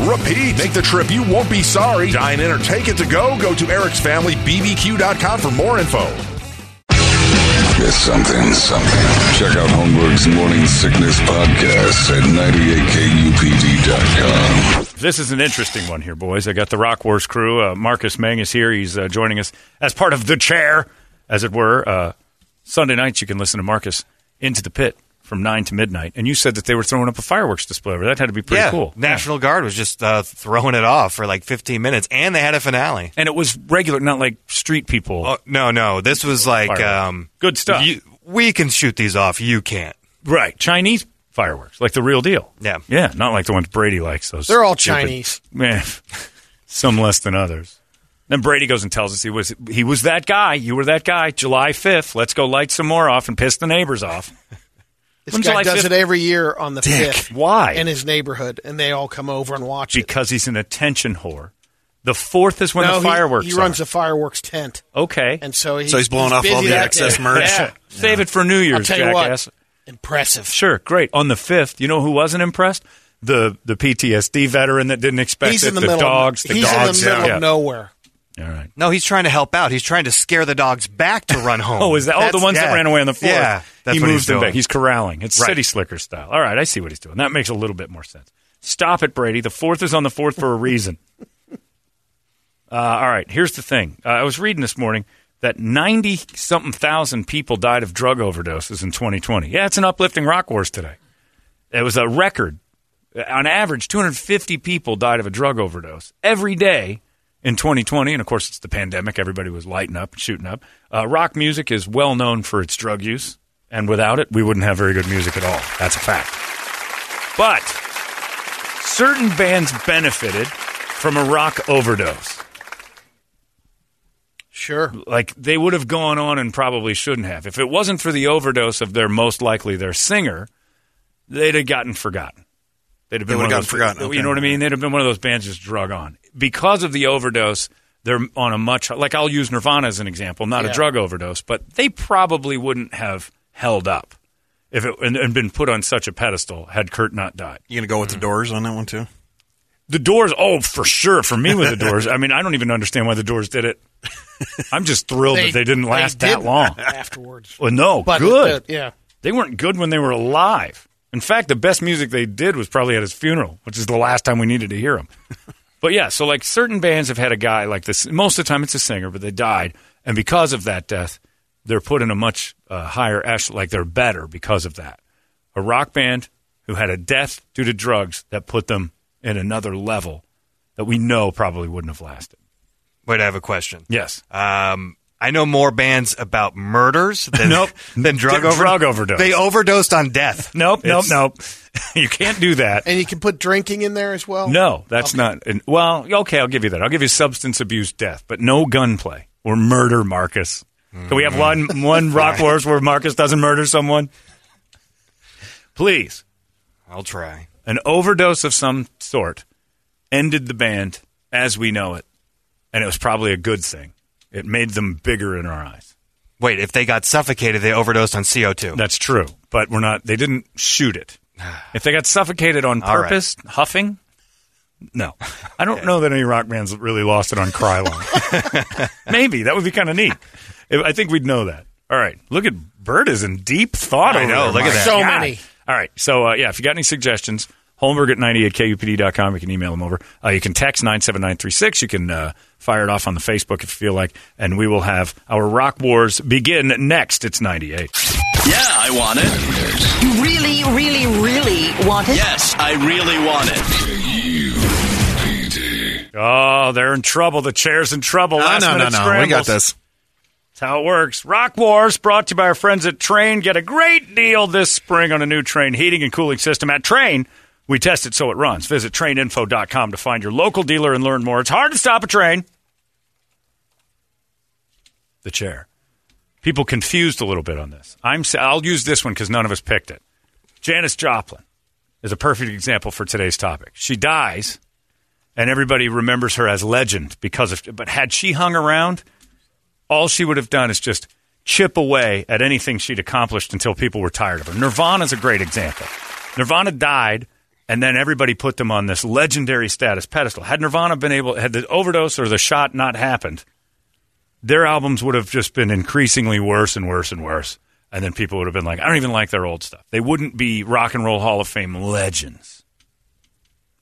repeat. Make the trip, you won't be sorry. Dine in or take it to go. Go to ericsfamilybbq.com for more info. It's something, something. Check out Homework's Morning Sickness Podcast at 98kupd.com. This is an interesting one here, boys. I got the Rock Wars crew. Uh, Marcus Mang is here. He's uh, joining us as part of the chair, as it were. Uh, Sunday nights, you can listen to Marcus into the pit from 9 to midnight. And you said that they were throwing up a fireworks display over there. That had to be pretty yeah, cool. National Guard was just uh, throwing it off for like 15 minutes, and they had a finale. And it was regular, not like street people. Oh, no, no, this was like Fireworks. um, Good stuff. you- we can shoot these off. You can't. right. Chinese fireworks, like the real deal. Yeah. Yeah, not like the ones Brady likes. Those They're all stupid- Chinese. Man, some less than others. Then Brady goes and tells us he was he was that guy. You were that guy. July fifth. Let's go light some more off and piss the neighbors off. This When's July guy does 5th? it every year on the Dick, fifth. why? In his neighborhood, and they all come over and watch it. Because he's an attention whore. The fourth is when No, the he- fireworks. He, runs are. a fireworks tent, okay. and so he's, So he's blowing off busy all the that excess day. merch. Yeah. Save it for New Year's, I'll tell you jackass. what, impressive. Sure, great. On the fifth, you know who wasn't impressed? The the PTSD veteran that didn't expect He's it. in the, the middle. dogs. of, the he's dogs. in the middle yeah. of nowhere. Yeah. All right. No, he's trying to help out. He's trying to scare the dogs back to run home. Oh, is that? Oh, the That's- ones yeah. that ran away on the floor. Yeah, that's he what moves he's them doing. back. He's corralling. It's Right. city slicker style. All right, I see what he's doing. That makes a little bit more sense. Stop it, Brady. The fourth is on the fourth for a reason. uh, all right, here's the thing. Uh, I was reading this morning that ninety something thousand people died of drug overdoses in 2020. Yeah, it's an uplifting rock wars today. It was a record. On average, 250 people died of a drug overdose every day in 2020. And of course, it's the pandemic. Everybody was lighting up and shooting up. Uh, rock music is well known for its drug use. And without it, we wouldn't have very good music at all. That's a fact. But certain bands benefited from a rock overdose. Sure, Like they would have gone on and probably shouldn't have. If it wasn't for the overdose of their most likely their singer, they'd have gotten forgotten. They'd have been They one would have of those, gotten forgotten, You know okay. what I mean? They'd have been one of those bands just drug on because of the overdose. They're on a much like I'll use Nirvana as an example, not a Yeah. drug overdose, but they probably wouldn't have held up if it and, and been put on such a pedestal had Kurt not died. You gonna go with the doors on that one too? The Doors, oh for sure, for me with the Doors. I mean, I don't even understand why the Doors did it. I'm just thrilled that they didn't last that didn't long. afterwards. Well, no, But good. the- yeah, They weren't good when they were alive. In fact, the best music they did was probably at his funeral, which is the last time we needed to hear him. but yeah, so like certain bands have had a guy like this. Most of the time, it's a singer, but they died, and because of that death, they're put in a much uh, higher echelon. Like they're better because of that. A rock band who had a death due to drugs that put them in another level that we know probably wouldn't have lasted. Wait, I have a question. Yes. Um, I know more bands about murders than Nope. than drug, Drug over- overdose. They overdosed on death. Nope. Nope. It's- Nope. you can't do that. and you can put drinking in there as well. No, that's not. An, well, okay, I'll give you that. I'll give you substance abuse death, but no gunplay or murder, Marcus. Can we have one one Rock Wars where Marcus doesn't murder someone? Please, I'll try. an overdose of some sort ended the band as we know it, and it was probably a good thing. It made them bigger in our eyes. Wait, if they got suffocated, they overdosed on CO two. That's true, but we're not. They didn't shoot it. If they got suffocated on All right. purpose, huffing. No, I don't know that any rock bands really lost it on Krylon. Maybe that would be kind of neat. I I think we'd know that. All right, look at Bert is in deep thought. I over know, there, look at my that. So God. many. All right, so uh, yeah, if you got any suggestions, Holmberg at 98kupd.com. You can email them over. Uh, you can text 97936. You can uh, fire it off on the Facebook if you feel like, and we will have our Rock Wars begin next. It's 98. Yeah, I want it. You really, really, really want it? Yes, I really want it. KUPD. Oh, they're in trouble. The chair's in trouble. No, Last no, no, minute no. We got scrambles. this. That's how it works. Rock Wars, brought to you by our friends at Train. Get a great deal this spring on a new train heating and cooling system at Train. We test it so it runs. Visit traininfo.com to find your local dealer and learn more. It's hard to stop a train. The chair. People confused a little bit on this. I'm, s- I'll use this one because none of us picked it. Janice Joplin is a perfect example for today's topic. She dies, and everybody remembers her as legend because of. But had she hung around, all she would have done is just chip away at anything she'd accomplished until people were tired of her. Nirvana's a great example. Nirvana died, and then everybody put them on this legendary status pedestal. Had Nirvana been able, had the overdose or the shot not happened, their albums would have just been increasingly worse and worse and worse. And then people would have been like, I don't even like their old stuff. They wouldn't be Rock and Roll Hall of Fame legends.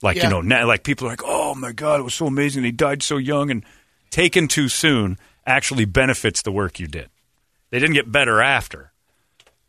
Like, you Yeah. know, now, like people are like, oh my God, it was so amazing. He died so young and taken too soon actually benefits the work you did. They didn't get better after.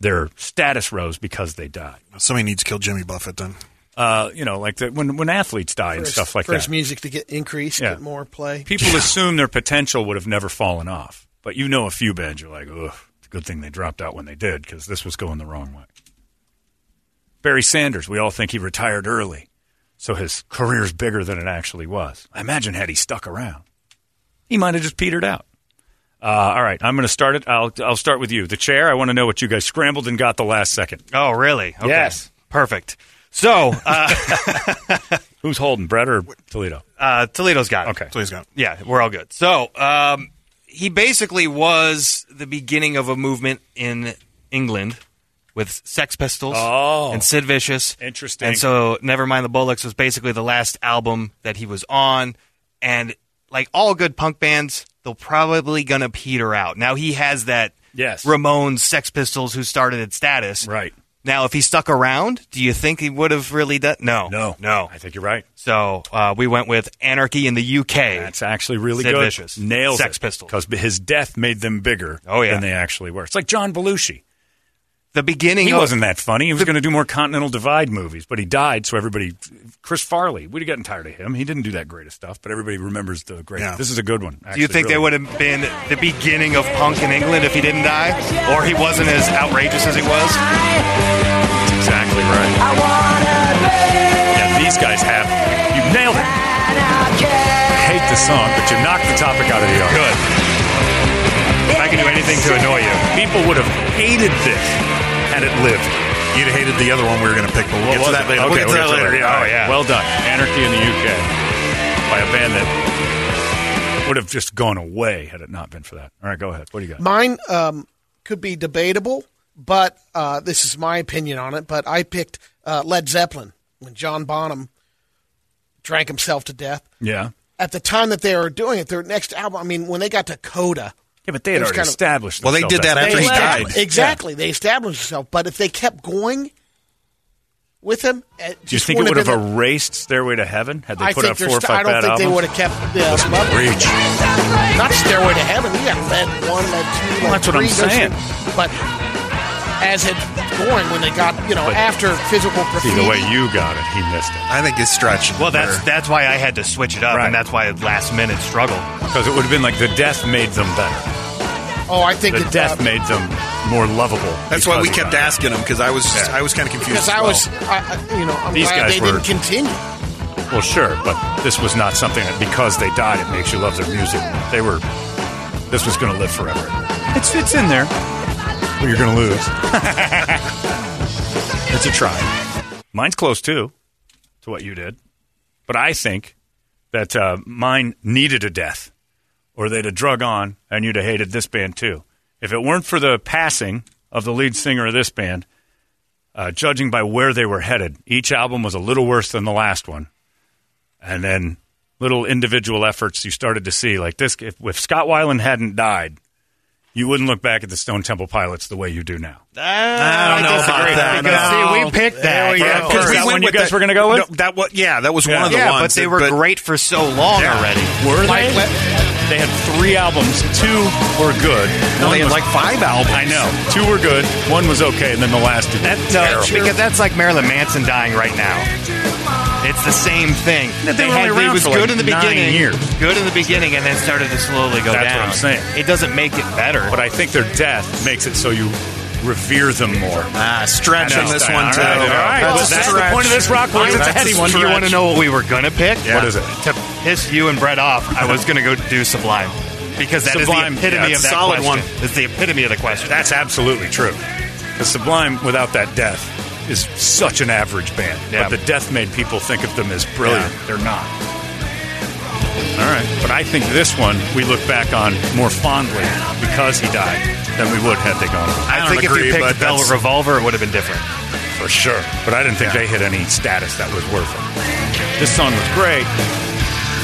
Their status rose because they died. Somebody needs to kill Jimmy Buffett then. Uh, you know, like the, when, when athletes die and First- stuff like for that. his music to get increased, Yeah. get more play. People assume their potential would have never fallen off, but you know a few bands you're like, ugh, it's a good thing they dropped out when they did because this was going the wrong way. Barry Sanders, we all think he retired early, so his career's bigger than it actually was. I imagine had he stuck around, he might have just petered out. Uh, all right, I'm going to start it. I'll I'll start with you, the chair. I want to know what you guys scrambled and got the last second. Oh, really? Okay. Yes. Perfect. So uh, Who's holding, Brett or Toledo? uh, Toledo's got it. Okay. Please go. Yeah, we're all good. So um, he basically was the beginning of a movement in England with Sex Pistols Oh. and Sid Vicious. Interesting. And so Nevermind the Bollocks was basically the last album that he was on. And like all good punk bands, they'll probably gonna peter out. Now he has that Yes. Ramones Sex Pistols who started at status. Right. Now if he stuck around, do you think he would have really done no. No. I think you're right. So uh, we went with Anarchy in the UK. That's actually really Sid good. Vicious. Nails Sex Pistols. Because his death made them bigger Oh, yeah. than they actually were. It's like John Belushi. the beginning He of, wasn't that funny. He was going to do more Continental Divide movies, but he died, so everybody. Chris Farley, we'd have gotten tired of him. He didn't do that great of stuff, but everybody remembers the great. Yeah. This is a good one. do you think they would have been the beginning of punk in England if he didn't die? Or he wasn't as outrageous as he was? Exactly right. Yeah, these guys have. You nailed it. I hate the song, but you knocked the topic out of the yard. Good. If I can do anything to annoy you. People would have hated this had it lived. You'd hated the other one we were going to pick, but we'll get What to was that it? later. Okay, we'll get to that later. Yeah, All oh, right. yeah. Well done. Anarchy in the UK by a band that would have just gone away had it not been for that. All right, go ahead. What do you got? Mine um, could be debatable, but uh, this is my opinion on it. But I picked uh, Led Zeppelin when John Bonham drank himself to death. yeah. At the time that they were doing it, their next album, I mean, when they got to Coda. Yeah, but they had It was already kind of- established. Well, they themselves did that as- after he They died. established- Exactly. They established themselves. But if they kept going with him, it Do you just think it would wouldn't have been the- erased Stairway to Heaven had they I put out think four there's. or st- I five bad don't think they would albums? have kept the level. Reach. Not Stairway to Heaven. You got Lead One, Lead Two, Lead Well, that's what I'm Three. those saying. things. But as it going when they got you know after physical See, graffiti, the way you got it, he missed it. I think it's stretching. Well, that's that's why I had to switch it up, Right. and that's why last minute struggle. Because it would have been like the death made them better. oh, I think The it, death made them more lovable. That's why we because of kept that. asking him because I was Yeah. I was kind of confused. because as I well. was I, I- you know I'm These glad guys they were- didn't continue. Well, sure, but this was not something that because they died, it makes you love their music. They were. This was going to live forever. It's it's in there. But you're going to lose. it's a try. Mine's close too to what you did, but I think that uh, mine needed a death, or they'd have drug on, and you'd have hated this band too. If it weren't for the passing of the lead singer of this band, uh, judging by where they were headed, each album was a little worse than the last one and then little individual efforts you started to see like this if, if scott weiland hadn't died you wouldn't look back at the stone temple pilots the way you do now I know about that. Because, see, we picked that. we go. Is that one you guys were gonna go with? No, that was, yeah, that was one of the yeah, but ones. they that- were great for so long Yeah. already. were Like, they let- they had three albums two were good No, One they was- had like five albums. i know two were good one was okay and then the last two uh, That, no, because that's like Marilyn Manson dying right now. It's the same thing. They were had- only around it was for good like in the nine beginning. years. Good in the beginning, and then started to slowly go That's what down. I'm saying. It doesn't make it better. But I think their death makes it so you revere them more. Ah, stretch on No. this one, All too. right, all right. That's Well, a that's stretch. the point of this rock quiz. It's a That's heady one. Do you want to know what we were gonna pick? Yeah. What is it? To piss you and Brett off, I was gonna go do Sublime because that is Sublime, the epitome yeah, of that solid question. one. It's the epitome of the question. That's absolutely true. The Sublime, without that death, is such an average band. Yeah. But the death made people think of them as brilliant. They're not. All right. But I think this one we look back on more fondly because he died than we would had they gone. on. I, think agree, if you but picked Velvet that's- Revolver, it would have been different. for sure. But I didn't think they hit any status that was worth it. This song was great,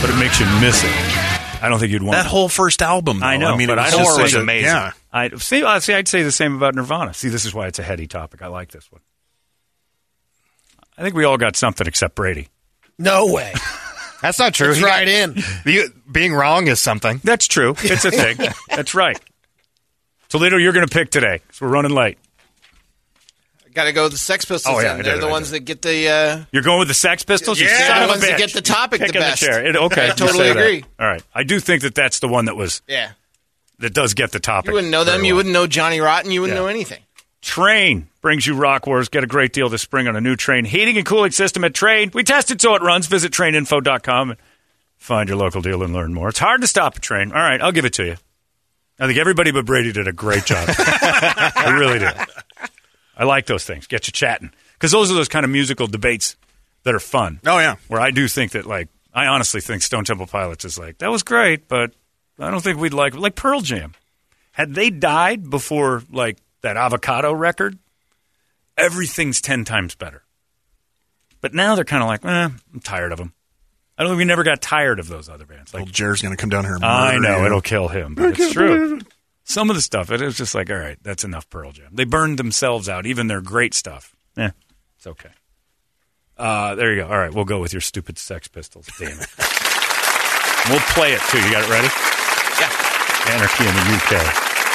but it makes you miss it. I don't think you'd want That whole first album. Though. I know, I mean, but it was I'm just just such saying- a- Yeah. I see. I see. I'd say the same about Nirvana. See, this is why it's a heady topic. I like this one. I think we all got something except Brady. No way. That's not true. It's He got- right in. You- being wrong is something. That's true. It's a thing. That's right. Toledo, you're going to pick today. So we're running late. Got to go with the Sex Pistols. Oh, yeah, I then. did They're it, the I ones that get the. Uh, You're going with the Sex Pistols. you Yeah, son the of a ones that bitch. get the topic the Picking best. chair. It- okay, I you totally say that. agree. All right, I do think that that's the one that was yeah, that does get the topic. you wouldn't know them. very You well. wouldn't know Johnny Rotten. You wouldn't Yeah. know anything. Train brings you Rock Wars. Get a great deal this spring on a new train heating and cooling system at Train. We test it so it runs. Visit traininfo.com and find your local deal and learn more. It's hard to stop a train. All right, I'll give it to you. I think everybody but Brady did a great job. I really did. I like those things. Get you chatting because those are those kind of musical debates that are fun. Oh, yeah. Where I do think that, like, I honestly think Stone Temple Pilots is like that was great, but I don't think we'd like like Pearl Jam. Had they died before like that avocado record, everything's ten times better. But now they're kind of like, eh, I'm tired of them. I don't think we never got tired of those other bands. Like Old Jer's going to come down here and I murder know you. it'll kill him, but it's true. Some of the stuff, it was just like, all right, that's enough Pearl Jam. They burned themselves out, even their great stuff. Yeah, it's okay. Uh, there you go. All right, we'll go with your stupid Sex Pistols. Damn it. we'll play it too. You got it ready? Yeah. Anarchy in the UK.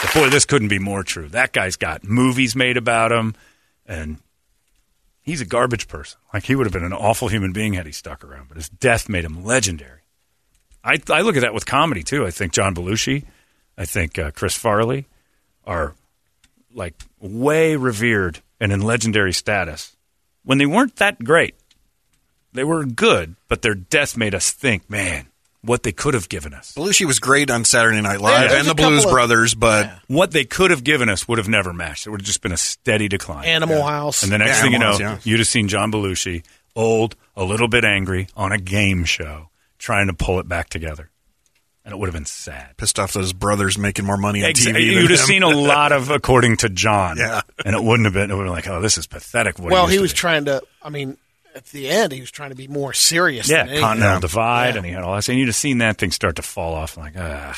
But boy, this couldn't be more true. That guy's got movies made about him, and he's a garbage person. Like he would have been an awful human being had he stuck around, but his death made him legendary. I, I look at that with comedy too. I think John Belushi, I think uh, Chris Farley are like way revered and in legendary status when they weren't that great. They were good, but their death made us think, man, what they could have given us. Belushi was great on Saturday Night Live there's and a the Blues couple of- Brothers, but What they could have given us would have never matched. It would have just been a steady decline. Animal House. And the next Yeah, thing you know, Animal House, yeah. you'd have seen John Belushi, old, a little bit angry, on a game show, trying to pull it back together. And it would have been sad. pissed off that his brother's making more money on Ex- TV. You'd than have him. seen a lot of according to John. Yeah. And it wouldn't have been, it would have been like, oh, this is pathetic. What well, he used to was be. trying to. I mean, at the end, he was trying to be more serious. Yeah, than anything. Continental Divide, and he had all that. And you'd have seen that thing start to fall off. Like, ugh.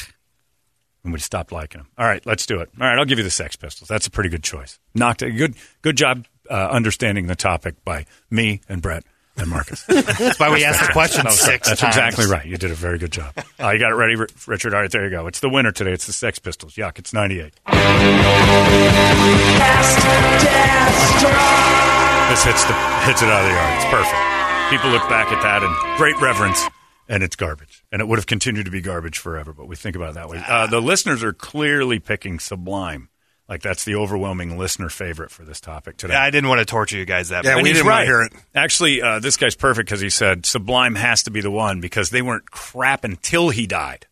And we'd have stopped liking him. All right, let's do it. All right, I'll give you the Sex Pistols. That's a pretty good choice. Knocked it. Good, good job uh, understanding the topic by me and Brett and Marcus. That's why we asked the question That was six That's times. exactly right. You did a very good job. Uh, you got it ready, Ri- Richard. All right, there you go. It's the winner today. It's the Sex Pistols. Yuck, it's 98. This hits, the, hits it out of the yard. It's perfect. People look back at that in great reverence, and it's garbage. And it would have continued to be garbage forever, but we think about it that way. Uh, the listeners are clearly picking Sublime. Like, that's the overwhelming listener favorite for this topic today. Yeah, I didn't want to torture you guys that. Yeah, much. we And he's didn't right. want to hear it. Actually, uh, this guy's perfect because he said Sublime has to be the one because they weren't crap until he died.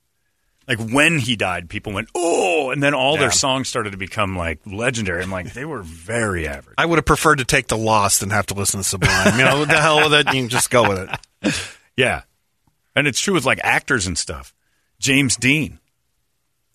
Like when he died, people went oh, and then all their songs started to become like legendary. I'm like, they were very average. I would have preferred to take the loss than have to listen to Sublime. You know, what the hell with it? You can just go with it. Yeah, and it's true with like actors and stuff. James Dean,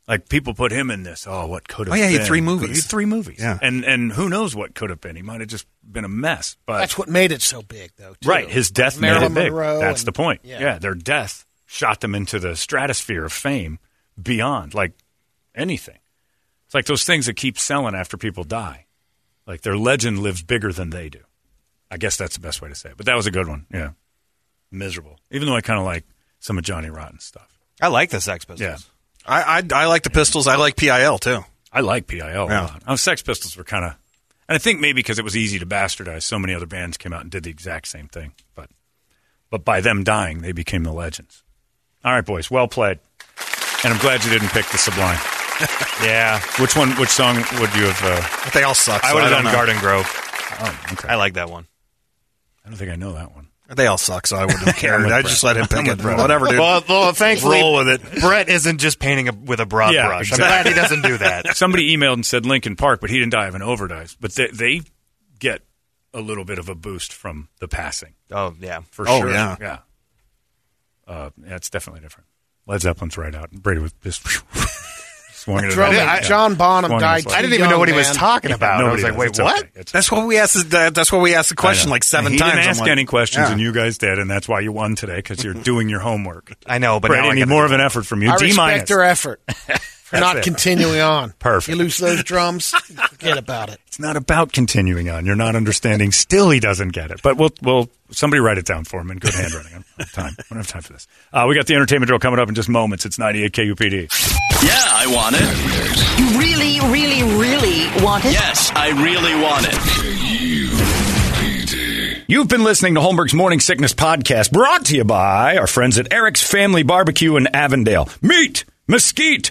like people put him in this. Oh, what could have? Oh, yeah, he had been. three movies. He had three movies. Yeah. and and who knows what could have been? He might have just been a mess. But That's what made it so big, though. too. Right, his death Marilyn made it big. Monroe That's and- the point. Yeah. yeah. their death shot them into the stratosphere of fame beyond like anything. It's like those things that keep selling after people die. Like their legend lives bigger than they do. I guess that's the best way to say it. But that was a good one. Yeah. Miserable. Even though I kind of like some of Johnny Rotten's stuff. I like the Sex Pistols. Yeah. I, I, I like the Pistols. I like PIL too. I like PIL a Yeah. lot. Oh, Sex Pistols were kind of, and I think maybe because it was easy to bastardize, so many other bands came out and did the exact same thing. But But by them dying, they became the legends. All right, boys, well played. And I'm glad you didn't pick the Sublime. yeah. Which one? Which song would you have? Uh, But they all suck. I so would have don't done know. Garden Grove. oh, okay. I like that one. I don't think I know that one. They all suck, so I wouldn't have cared. I just let him pick it. Whatever, dude. Well, well, thankfully, Roll with it. Brett isn't just painting a, with a broad Yeah, brush. exactly. I'm glad he doesn't do that. Somebody emailed and said Lincoln Park, but he didn't die of an overdose. But they, they get a little bit of a boost from the passing. Oh yeah, for Oh, sure. yeah. yeah. Uh, yeah, it's definitely different. Led Zeppelin's right out. Brady was just swung it. Drummond, out. Yeah. John Bonham Swung it died. aside. I too didn't even know young, what he was man. talking about. I Nobody was like, does. wait, It's what? okay. It's That's what we asked. The, that's what we asked the question know. like seven he times. didn't I'm ask like, any questions, yeah. and you guys did, and that's why you won today because you're doing your homework. I know, but Brady, now I I need gotta more do of an that. effort from you. I D respect minus. their effort for not continuing on. Perfect. You lose those drums, forget about it. It's not about continuing on. You're not understanding. Still, he doesn't get it. But we'll, we'll somebody write it down for him in good handwriting. I don't have time. I don't have time for this. Uh, we got the entertainment drill coming up in just moments. It's 98 KUPD. Yeah, I want it. You really, really, really want it? Yes, I really want it. You've been listening to Holmberg's Morning Sickness Podcast, brought to you by our friends at Eric's Family Barbecue in Avondale. Meet, mesquite,